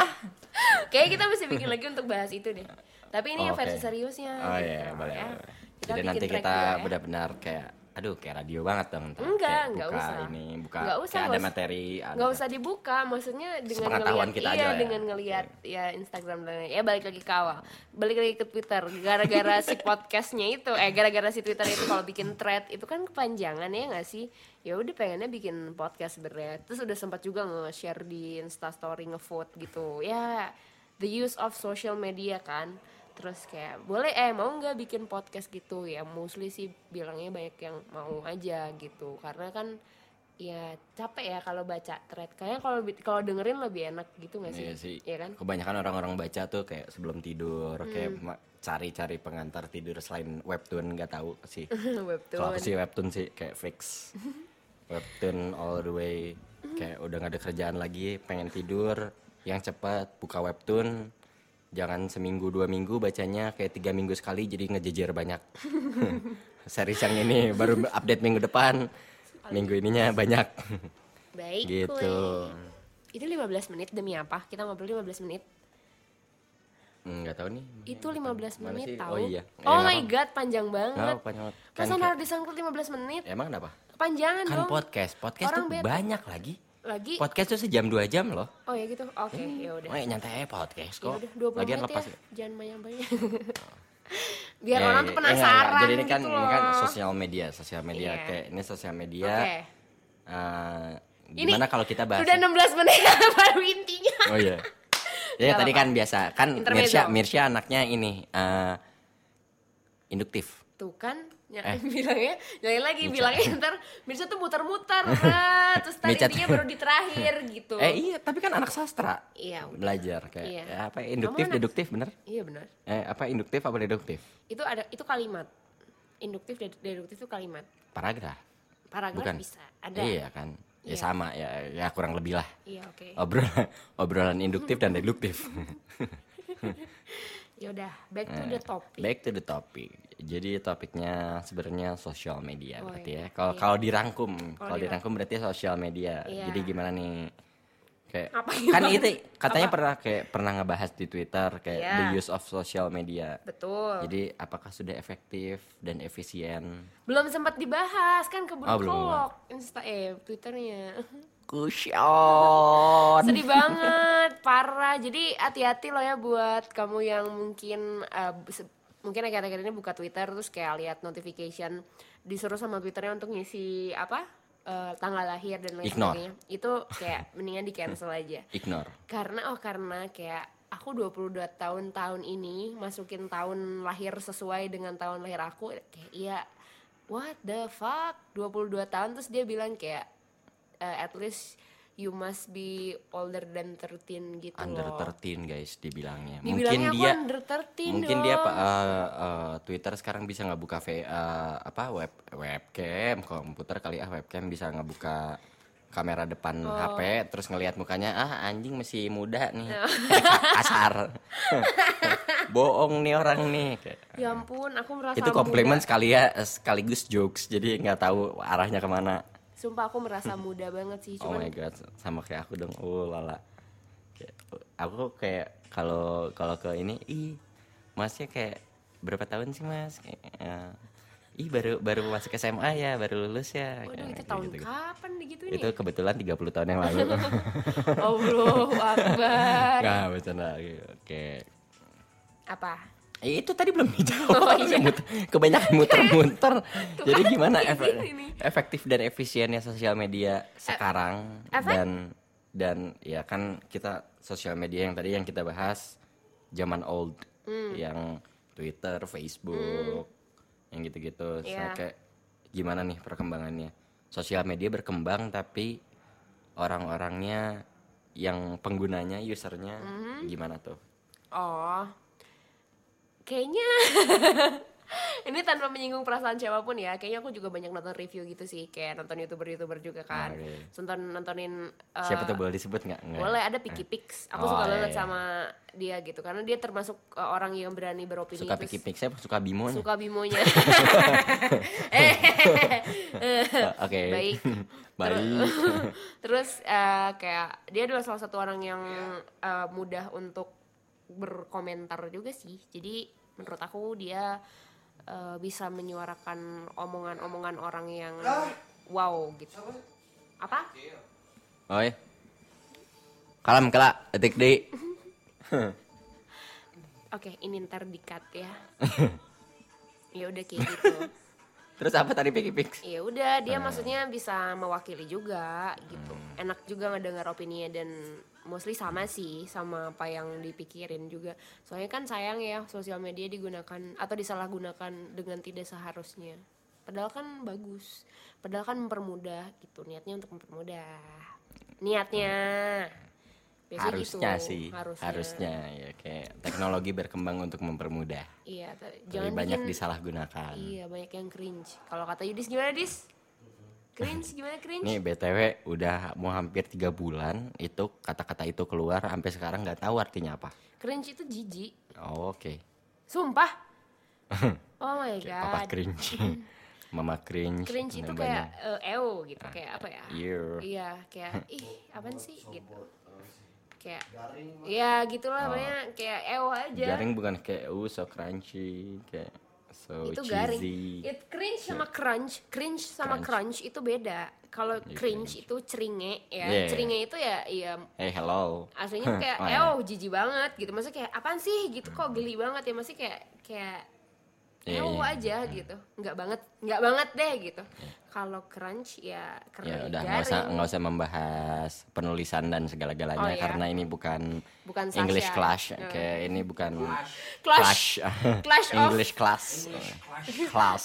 [SPEAKER 1] Kayaknya kita mesti bikin lagi untuk bahas itu deh. Tapi ini yang
[SPEAKER 2] Oke.
[SPEAKER 1] versi seriusnya.
[SPEAKER 2] Oh
[SPEAKER 1] gitu,
[SPEAKER 2] iya, boleh.
[SPEAKER 1] ya.
[SPEAKER 2] boleh.
[SPEAKER 1] Kita
[SPEAKER 2] Jadi
[SPEAKER 1] bikin
[SPEAKER 2] nanti
[SPEAKER 1] track
[SPEAKER 2] kita
[SPEAKER 1] dulu ya.
[SPEAKER 2] benar-benar kayak aduh kayak radio banget dong ntar.
[SPEAKER 1] Enggak,
[SPEAKER 2] Kayak
[SPEAKER 1] enggak
[SPEAKER 2] buka
[SPEAKER 1] usah.
[SPEAKER 2] ini buka
[SPEAKER 1] Enggak usah,
[SPEAKER 2] kayak ada
[SPEAKER 1] enggak usah.
[SPEAKER 2] materi ada
[SPEAKER 1] nggak usah dibuka maksudnya dengan
[SPEAKER 2] Sepengetahuan
[SPEAKER 1] ngelihat
[SPEAKER 2] kita
[SPEAKER 1] iya
[SPEAKER 2] aja lah ya.
[SPEAKER 1] dengan ngelihat ya Instagram dan lain-lain. ya balik lagi ke awal balik lagi ke Twitter gara-gara si podcastnya itu eh gara-gara si Twitter itu kalau bikin thread itu kan kepanjangan ya nggak sih ya udah pengennya bikin podcast sebenarnya terus udah sempat juga nge-share di Instastory nge-vote gitu ya the use of social media kan terus kayak boleh eh mau nggak bikin podcast gitu ya mostly sih bilangnya banyak yang mau aja gitu karena kan ya capek ya kalau baca thread kayaknya kalau bi- kalau dengerin lebih enak gitu nggak sih
[SPEAKER 2] Iya sih.
[SPEAKER 1] Iya kan (laughs) Hmm.
[SPEAKER 2] Kebanyakan orang-orang baca tuh kayak sebelum tidur, kayak ma- cari-cari pengantar tidur selain webtoon nggak tahu
[SPEAKER 1] (laughs)
[SPEAKER 2] sih. Kalau aku
[SPEAKER 1] webtoon
[SPEAKER 2] sih webtoon sih kayak (laughs) fix. webtoon all the way. Kayak udah nggak ada kerjaan lagi, pengen tidur, yang cepat buka webtoon. Jangan seminggu dua minggu bacanya kayak tiga minggu sekali jadi ngejejer (laughs) banyak. Series yang ini baru update minggu depan. Minggu ininya (laughs) banyak.
[SPEAKER 1] baik
[SPEAKER 2] gitu.
[SPEAKER 1] kuy. itu 15 menit demi apa kita ngobrol 15 menit
[SPEAKER 2] Hmm, Nggak tahu nih.
[SPEAKER 1] itu 15
[SPEAKER 2] Mana
[SPEAKER 1] menit
[SPEAKER 2] sih?
[SPEAKER 1] tahu
[SPEAKER 2] Oh iya.
[SPEAKER 1] Oh
[SPEAKER 2] Iya,
[SPEAKER 1] my
[SPEAKER 2] apa?
[SPEAKER 1] god panjang banget
[SPEAKER 2] Nggak, panjang banget. Kan
[SPEAKER 1] masa
[SPEAKER 2] kayak-
[SPEAKER 1] naruh di sangkut 15 menit
[SPEAKER 2] Emang kenapa?
[SPEAKER 1] panjangan
[SPEAKER 2] Kan
[SPEAKER 1] dong
[SPEAKER 2] podcast, podcast
[SPEAKER 1] Orang
[SPEAKER 2] tuh
[SPEAKER 1] bete.
[SPEAKER 2] banyak lagi.
[SPEAKER 1] lagi
[SPEAKER 2] Podcast tuh sejam dua jam loh.
[SPEAKER 1] oh ya gitu oke ya udah
[SPEAKER 2] Eh nyantai aja podcast
[SPEAKER 1] Ya
[SPEAKER 2] kok.
[SPEAKER 1] udah, 20
[SPEAKER 2] Lagian
[SPEAKER 1] menit
[SPEAKER 2] lepas.
[SPEAKER 1] ya. Jangan banyak-banyak.
[SPEAKER 2] (laughs)
[SPEAKER 1] (laughs) Biar
[SPEAKER 2] Ya,
[SPEAKER 1] orang tuh
[SPEAKER 2] ya, ya, ya, ya.
[SPEAKER 1] penasaran
[SPEAKER 2] Jadi ini kan
[SPEAKER 1] gitu
[SPEAKER 2] ini kan
[SPEAKER 1] loh.
[SPEAKER 2] sosial media, sosial media
[SPEAKER 1] Iya.
[SPEAKER 2] kayak ini sosial media.
[SPEAKER 1] Oke.
[SPEAKER 2] Eh,
[SPEAKER 1] Ini
[SPEAKER 2] gimana kalau kita bahas?
[SPEAKER 1] Sudah (laughs) 16 menit baru intinya.
[SPEAKER 2] Oh iya. Ya
[SPEAKER 1] Nggak
[SPEAKER 2] tadi kan biasa kan
[SPEAKER 1] Intermezzo.
[SPEAKER 2] Mirsya Mirsya anaknya ini eh, induktif.
[SPEAKER 1] Tuh kan ya,
[SPEAKER 2] Eh.
[SPEAKER 1] (laughs) bilangnya nyalain lagi bilangnya (laughs) ntar Mirsa tuh muter-muter nah, terus tadi
[SPEAKER 2] Micat.
[SPEAKER 1] intinya baru di
[SPEAKER 2] (laughs)
[SPEAKER 1] terakhir gitu
[SPEAKER 2] Eh iya, tapi kan anak sastra.
[SPEAKER 1] Iya, udah.
[SPEAKER 2] Belajar kayak
[SPEAKER 1] Iya.
[SPEAKER 2] ya, apa induktif
[SPEAKER 1] anak-
[SPEAKER 2] deduktif bener?
[SPEAKER 1] iya benar
[SPEAKER 2] Eh apa induktif apa deduktif?
[SPEAKER 1] itu ada itu kalimat induktif dan deduktif itu kalimat
[SPEAKER 2] Paragraf.
[SPEAKER 1] paragraf
[SPEAKER 2] Bukan.
[SPEAKER 1] bisa ada
[SPEAKER 2] Iya kan. Ya sama ya ya kurang lebih lah.
[SPEAKER 1] iya oke
[SPEAKER 2] Obrolan (laughs) obrolan induktif dan deduktif.
[SPEAKER 1] yaudah Ya back
[SPEAKER 2] Eh.
[SPEAKER 1] to the topic
[SPEAKER 2] Back to the topic. Jadi topiknya sebenarnya sosial media
[SPEAKER 1] Oh,
[SPEAKER 2] berarti
[SPEAKER 1] iya.
[SPEAKER 2] ya. Kalau kalau dirangkum, kalau
[SPEAKER 1] dirangkum.
[SPEAKER 2] dirangkum berarti sosial media.
[SPEAKER 1] Iya.
[SPEAKER 2] Jadi gimana nih? Kayak
[SPEAKER 1] Apa
[SPEAKER 2] kan
[SPEAKER 1] gimana?
[SPEAKER 2] itu katanya pernah kayak pernah ngebahas di Twitter kayak
[SPEAKER 1] Iya.
[SPEAKER 2] the use of social media.
[SPEAKER 1] betul
[SPEAKER 2] Jadi apakah sudah efektif dan efisien?
[SPEAKER 1] belum sempat dibahas kan keburu
[SPEAKER 2] Oh, belum.
[SPEAKER 1] kolok insta eh twitternya (laughs)
[SPEAKER 2] Kusyon.
[SPEAKER 1] sedih banget parah jadi hati-hati loh ya buat kamu yang mungkin eh, se- mungkin akhir-akhir ini buka twitter terus kayak lihat notification disuruh sama twitternya untuk ngisi apa eh, tanggal lahir dan lain
[SPEAKER 2] Ignore.
[SPEAKER 1] sebagainya itu kayak mendingan di cancel aja
[SPEAKER 2] Ignore.
[SPEAKER 1] karena oh karena kayak aku 22 tahun tahun ini masukin tahun lahir sesuai dengan tahun lahir aku kayak iya what the fuck 22 tahun terus dia bilang kayak "Eh, at least you must be older than 13 gitu
[SPEAKER 2] under
[SPEAKER 1] loh.
[SPEAKER 2] 13 guys dibilangnya.
[SPEAKER 1] Dibilangnya
[SPEAKER 2] mungkin
[SPEAKER 1] aku
[SPEAKER 2] dia
[SPEAKER 1] under 13
[SPEAKER 2] mungkin dia
[SPEAKER 1] dong.
[SPEAKER 2] Pak, eh, eh, Twitter sekarang bisa nggak buka v, eh, apa web webcam komputer kali ah webcam bisa nggak buka kamera depan HP terus ngelihat mukanya ah anjing masih muda nih (laughs) kasar (laughs) bohong nih orang nih Kayak,
[SPEAKER 1] ya ampun aku merasa
[SPEAKER 2] itu komplimen sekali ya sekaligus jokes jadi nggak tahu arahnya kemana
[SPEAKER 1] muda. sumpah aku merasa muda banget sih
[SPEAKER 2] Oh
[SPEAKER 1] cuman
[SPEAKER 2] my god, sama kayak aku dong. Oh lala. Kayak, Aku kayak kalau kalau ke ini, ih masnya kayak berapa tahun sih mas? Kayak, eh, ih baru baru masuk SMA ya, baru lulus ya.
[SPEAKER 1] waduh
[SPEAKER 2] Kayak
[SPEAKER 1] itu
[SPEAKER 2] gitu-
[SPEAKER 1] tahun
[SPEAKER 2] gitu.
[SPEAKER 1] kapan digituin
[SPEAKER 2] Itu
[SPEAKER 1] (laughs) ya
[SPEAKER 2] kebetulan 30 tahun
[SPEAKER 1] (laughs)
[SPEAKER 2] yang lalu.
[SPEAKER 1] Allah
[SPEAKER 2] (laughs)
[SPEAKER 1] Akbar
[SPEAKER 2] Nggak bercanda. Nah, Oke.
[SPEAKER 1] apa
[SPEAKER 2] Eh, itu tadi belum dijawab.
[SPEAKER 1] Oh, iya.
[SPEAKER 2] Mut- Kebanyakan muter-muter. Jadi gimana efek-
[SPEAKER 1] gini
[SPEAKER 2] efektif dan efisiennya sosial media sekarang
[SPEAKER 1] Eh, efek-
[SPEAKER 2] dan dan ya kan kita sosial media yang tadi yang kita bahas zaman old
[SPEAKER 1] Hmm.
[SPEAKER 2] yang Twitter, Facebook, yang gitu-gitu. So,
[SPEAKER 1] Iya.
[SPEAKER 2] kayak gimana nih perkembangannya? Sosial media berkembang tapi orang-orangnya yang penggunanya, usernya
[SPEAKER 1] Hmm.
[SPEAKER 2] gimana tuh?
[SPEAKER 1] Oh, kayaknya (laughs) ini tanpa menyinggung perasaan siapapun ya. Kayaknya aku juga banyak nonton review gitu sih, kayak nonton youtuber-youtuber juga kan.
[SPEAKER 2] Oke.
[SPEAKER 1] Nonton nontonin eh,
[SPEAKER 2] Ah, iya. Siapa tuh boleh disebut nggak? Nggak.
[SPEAKER 1] boleh ada Piki Pix. Aku
[SPEAKER 2] Oh,
[SPEAKER 1] suka
[SPEAKER 2] iya,
[SPEAKER 1] banget
[SPEAKER 2] iya.
[SPEAKER 1] sama dia gitu karena dia termasuk eh, orang yang berani beropini.
[SPEAKER 2] Suka
[SPEAKER 1] terus
[SPEAKER 2] pikir saya suka bimonya.
[SPEAKER 1] Suka
[SPEAKER 2] (laughs)
[SPEAKER 1] bimonya. (laughs) Eh,
[SPEAKER 2] Oh, Oke.
[SPEAKER 1] (laughs)
[SPEAKER 2] (laughs)
[SPEAKER 1] Baik.
[SPEAKER 2] Baik.
[SPEAKER 1] (laughs) Terus eh, kayak dia adalah salah satu orang yang eh, mudah untuk berkomentar juga sih. Jadi menurut aku dia eh, bisa menyuarakan omongan-omongan orang yang wow gitu. Apa?
[SPEAKER 2] Oi. Kalam kelak, etik di.
[SPEAKER 1] Oke, ini ntar dikat ya. ya udah kayak gitu.
[SPEAKER 2] Terus apa tadi Piki Pix?
[SPEAKER 1] Ya udah, dia
[SPEAKER 2] Nah.
[SPEAKER 1] maksudnya bisa mewakili juga gitu.
[SPEAKER 2] Hmm.
[SPEAKER 1] Enak juga ngedengar opini dan mostly sama sih sama apa yang dipikirin juga. Soalnya kan sayang ya sosial media digunakan atau disalahgunakan dengan tidak seharusnya. Padahal kan bagus. Padahal kan mempermudah gitu. Niatnya untuk mempermudah. Niatnya. Biasanya
[SPEAKER 2] Harusnya
[SPEAKER 1] gitu,
[SPEAKER 2] sih. Harusnya ya kayak teknologi berkembang untuk mempermudah.
[SPEAKER 1] Iya, tapi jangan
[SPEAKER 2] Jangan banyak
[SPEAKER 1] bikin-
[SPEAKER 2] disalahgunakan.
[SPEAKER 1] Iya banyak yang cringe. Kalau kata Yudis gimana Dis? Cringe gimana cringe?
[SPEAKER 2] Nih BTW udah mau hampir tiga bulan itu kata-kata itu keluar sampai sekarang nggak tahu artinya apa.
[SPEAKER 1] Cringe itu jijik.
[SPEAKER 2] Oh, Oke. (laughs)
[SPEAKER 1] Sumpah. Oh my
[SPEAKER 2] Papa
[SPEAKER 1] god.
[SPEAKER 2] cringe.
[SPEAKER 1] (laughs)
[SPEAKER 2] Mama cringe.
[SPEAKER 1] Cringe itu
[SPEAKER 2] dan
[SPEAKER 1] kayak
[SPEAKER 2] banyak.
[SPEAKER 1] eh, ew gitu kayak apa ya?
[SPEAKER 2] Iya.
[SPEAKER 1] Iya
[SPEAKER 2] (laughs)
[SPEAKER 1] kayak ih apaan sih gitu. Kayak ya gitulah pokoknya kayak ew aja.
[SPEAKER 2] Oh. Garing bukan kayak uh so crunchy kayak so
[SPEAKER 1] itu
[SPEAKER 2] cheesy. Iya.
[SPEAKER 1] garing. It cringe sama crunch, cringe sama crunch, itu beda. Kalau cringe itu ceringe ya.
[SPEAKER 2] Yeah.
[SPEAKER 1] Ceringe itu ya ya
[SPEAKER 2] Hey hello.
[SPEAKER 1] aslinya tuh kayak
[SPEAKER 2] Oh,
[SPEAKER 1] eh
[SPEAKER 2] iya.
[SPEAKER 1] jijik banget gitu maksudnya kayak apaan sih gitu kok geli banget ya masih kayak kayak
[SPEAKER 2] Iya,
[SPEAKER 1] ew
[SPEAKER 2] iya.
[SPEAKER 1] aja gitu nggak banget nggak banget deh gitu kalau crunch ya
[SPEAKER 2] Ya
[SPEAKER 1] keren
[SPEAKER 2] udah nggak usah
[SPEAKER 1] garing (laughs)
[SPEAKER 2] nggak usah membahas penulisan dan segala-galanya
[SPEAKER 1] Oh, iya.
[SPEAKER 2] karena ini bukan
[SPEAKER 1] Bukan
[SPEAKER 2] English
[SPEAKER 1] Sasha.
[SPEAKER 2] clash,
[SPEAKER 1] Hmm.
[SPEAKER 2] oke ini bukan
[SPEAKER 1] Clash. Clash of- Oh,
[SPEAKER 2] English class, class.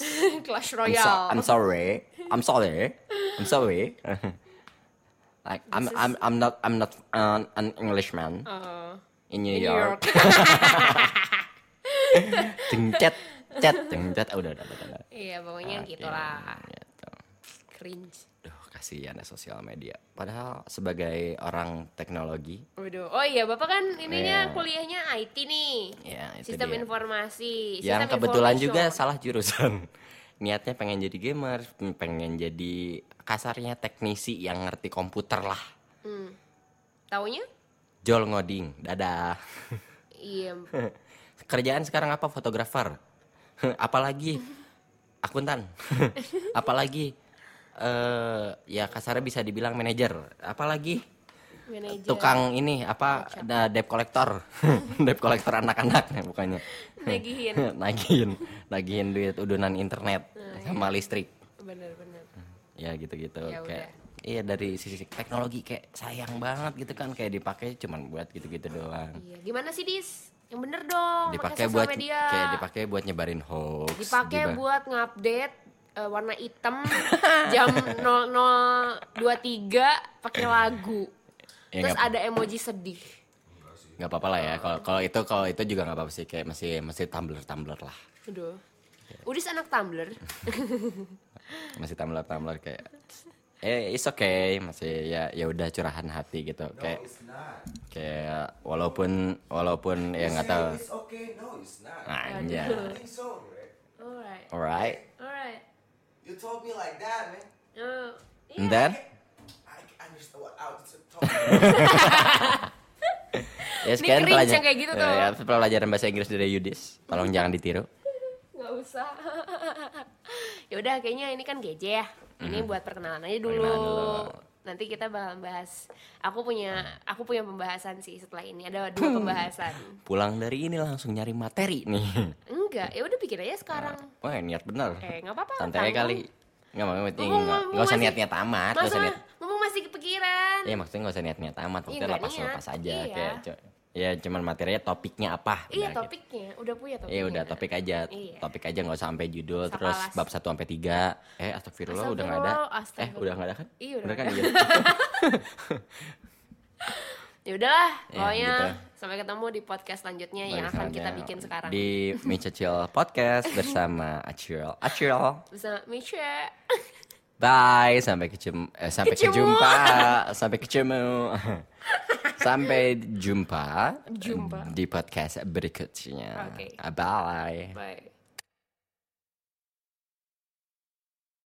[SPEAKER 1] clash
[SPEAKER 2] I'm, so-
[SPEAKER 1] royale
[SPEAKER 2] I'm sorry, I'm sorry, I'm sorry. like I'm I'm I'm not I'm not an, an Englishman
[SPEAKER 1] Uh,
[SPEAKER 2] in New
[SPEAKER 1] in
[SPEAKER 2] York. Tengcet, cet, tengcet. Oh, udah udah udah. udah.
[SPEAKER 1] (laughs) iya pokoknya
[SPEAKER 2] Oke,
[SPEAKER 1] gitulah
[SPEAKER 2] gitu.
[SPEAKER 1] cringe
[SPEAKER 2] Duh, kasihan ya sosial media. Padahal sebagai orang teknologi,
[SPEAKER 1] Waduh. Oh iya, Bapak kan ininya
[SPEAKER 2] Iya.
[SPEAKER 1] kuliahnya IT nih.
[SPEAKER 2] Iya, itu
[SPEAKER 1] Sistem
[SPEAKER 2] dia.
[SPEAKER 1] informasi.
[SPEAKER 2] yang
[SPEAKER 1] Sistem
[SPEAKER 2] kebetulan juga
[SPEAKER 1] information.
[SPEAKER 2] salah jurusan. (laughs) Niatnya pengen jadi gamer, pengen jadi kasarnya teknisi yang ngerti komputer lah.
[SPEAKER 1] Taunya?
[SPEAKER 2] Jol ngoding, dadah. (laughs)
[SPEAKER 1] Iya,
[SPEAKER 2] Kerjaan sekarang apa? Fotografer. (laughs) Apalagi akuntan. (laughs) Apalagi eh ya kasarnya bisa dibilang manajer. Apalagi
[SPEAKER 1] manajer.
[SPEAKER 2] tukang ini apa da, debt collector. (laughs) debt collector anak-anak bukannya.
[SPEAKER 1] Nagihin.
[SPEAKER 2] (laughs) nagihin, nagihin duit udunan internet sama listrik.
[SPEAKER 1] Bener-bener.
[SPEAKER 2] ya gitu-gitu
[SPEAKER 1] Ya
[SPEAKER 2] kayak iya dari sisi teknologi kayak sayang banget gitu kan kayak dipakai cuman buat gitu-gitu doang
[SPEAKER 1] Iya, gimana sih Dis? Yang bener dong, Iya, pakai
[SPEAKER 2] dipakai
[SPEAKER 1] sosial
[SPEAKER 2] buat
[SPEAKER 1] media.
[SPEAKER 2] kayak dipakai buat nyebarin hoax
[SPEAKER 1] Dipakai
[SPEAKER 2] diba-
[SPEAKER 1] buat ngupdate eh, warna hitam jam 0023 pakai lagu.
[SPEAKER 2] (clears throat) Ya,
[SPEAKER 1] Terus
[SPEAKER 2] nggak-
[SPEAKER 1] ada emoji sedih.
[SPEAKER 2] nggak apa-apa lah ya kalau kalau itu kalau itu juga nggak apa-apa sih kayak masih masih tumbler tumbler lah
[SPEAKER 1] Aduh.
[SPEAKER 2] Ya.
[SPEAKER 1] Udis anak
[SPEAKER 2] (clears throat)
[SPEAKER 1] Tumblr.
[SPEAKER 2] masih tumbler tumbler kayak eh it's okay masih ya ya udah curahan hati gitu kayak kayak walaupun walaupun ya nggak tahu
[SPEAKER 4] It's okay, no, it's not.
[SPEAKER 2] anjay
[SPEAKER 4] I think so, right?
[SPEAKER 1] Alright.
[SPEAKER 2] alright
[SPEAKER 1] Alright.
[SPEAKER 4] You told me like that, man.
[SPEAKER 1] Oh, iya.
[SPEAKER 2] and then
[SPEAKER 4] I can understand what I was talking.
[SPEAKER 2] Ya
[SPEAKER 1] Ini
[SPEAKER 2] sekian
[SPEAKER 1] cringe
[SPEAKER 2] pelajar-
[SPEAKER 1] yang kayak gitu
[SPEAKER 2] Ya,
[SPEAKER 1] tuh.
[SPEAKER 2] ya, pelajaran bahasa Inggris dari Yudis. Tolong jangan ditiru.
[SPEAKER 1] nggak usah (laughs) ya udah kayaknya ini kan GJ ya ini buat perkenalan aja dulu.
[SPEAKER 2] Perkenalan dulu.
[SPEAKER 1] nanti kita bakal bahas aku punya aku punya pembahasan sih setelah ini ada dua pembahasan
[SPEAKER 2] Pulang dari ini langsung nyari materi
[SPEAKER 1] (laughs)
[SPEAKER 2] nih.
[SPEAKER 1] enggak ya udah pikir aja sekarang
[SPEAKER 2] Wah niat bener.
[SPEAKER 1] eh nggak apa-apa
[SPEAKER 2] Santai aja
[SPEAKER 1] tanggung.
[SPEAKER 2] kali. Nggak mau nggak-
[SPEAKER 1] Mumpung-
[SPEAKER 2] iya, nggak- nggak usah
[SPEAKER 1] mumpung
[SPEAKER 2] niat-niat amat. Nggak
[SPEAKER 1] masa
[SPEAKER 2] usah niat.
[SPEAKER 1] mumpung masih kepikiran
[SPEAKER 2] Iya maksudnya nggak usah niat-niat amat. Maksudnya
[SPEAKER 1] nggak
[SPEAKER 2] lepas-lepas
[SPEAKER 1] niat.
[SPEAKER 2] aja.
[SPEAKER 1] Iya.
[SPEAKER 2] Kayak, cu- ya cuman materinya topiknya apa.
[SPEAKER 1] iya
[SPEAKER 2] udah gitu.
[SPEAKER 1] topiknya udah punya topiknya
[SPEAKER 2] Iya udah topik aja,
[SPEAKER 1] Iya.
[SPEAKER 2] topik aja nggak usah sampai
[SPEAKER 1] Usah
[SPEAKER 2] judul terus
[SPEAKER 1] palas.
[SPEAKER 2] bab 1 sampai 3. Eh astagfirullah udah nggak ada.
[SPEAKER 1] Astagfirullah,
[SPEAKER 2] Eh udah nggak ada kan?
[SPEAKER 1] Iya, udah
[SPEAKER 2] Bener kan?
[SPEAKER 1] nggak
[SPEAKER 2] Iya.
[SPEAKER 1] ya udahlah
[SPEAKER 2] Iya,
[SPEAKER 1] pokoknya
[SPEAKER 2] gitu. ya.
[SPEAKER 1] sampai ketemu di podcast selanjutnya yang akan kita bikin sekarang
[SPEAKER 2] Di Micecil Podcast bersama Acil. Acil.
[SPEAKER 1] bersama Misha (laughs)
[SPEAKER 2] Bye, sampai kecem eh, sampai
[SPEAKER 1] Kecemu.
[SPEAKER 2] kejumpa, sampai kecemu. (laughs) sampai jumpa
[SPEAKER 1] Jumpa.
[SPEAKER 2] di podcast berikutnya.
[SPEAKER 1] Oke.
[SPEAKER 2] Bye.
[SPEAKER 1] bye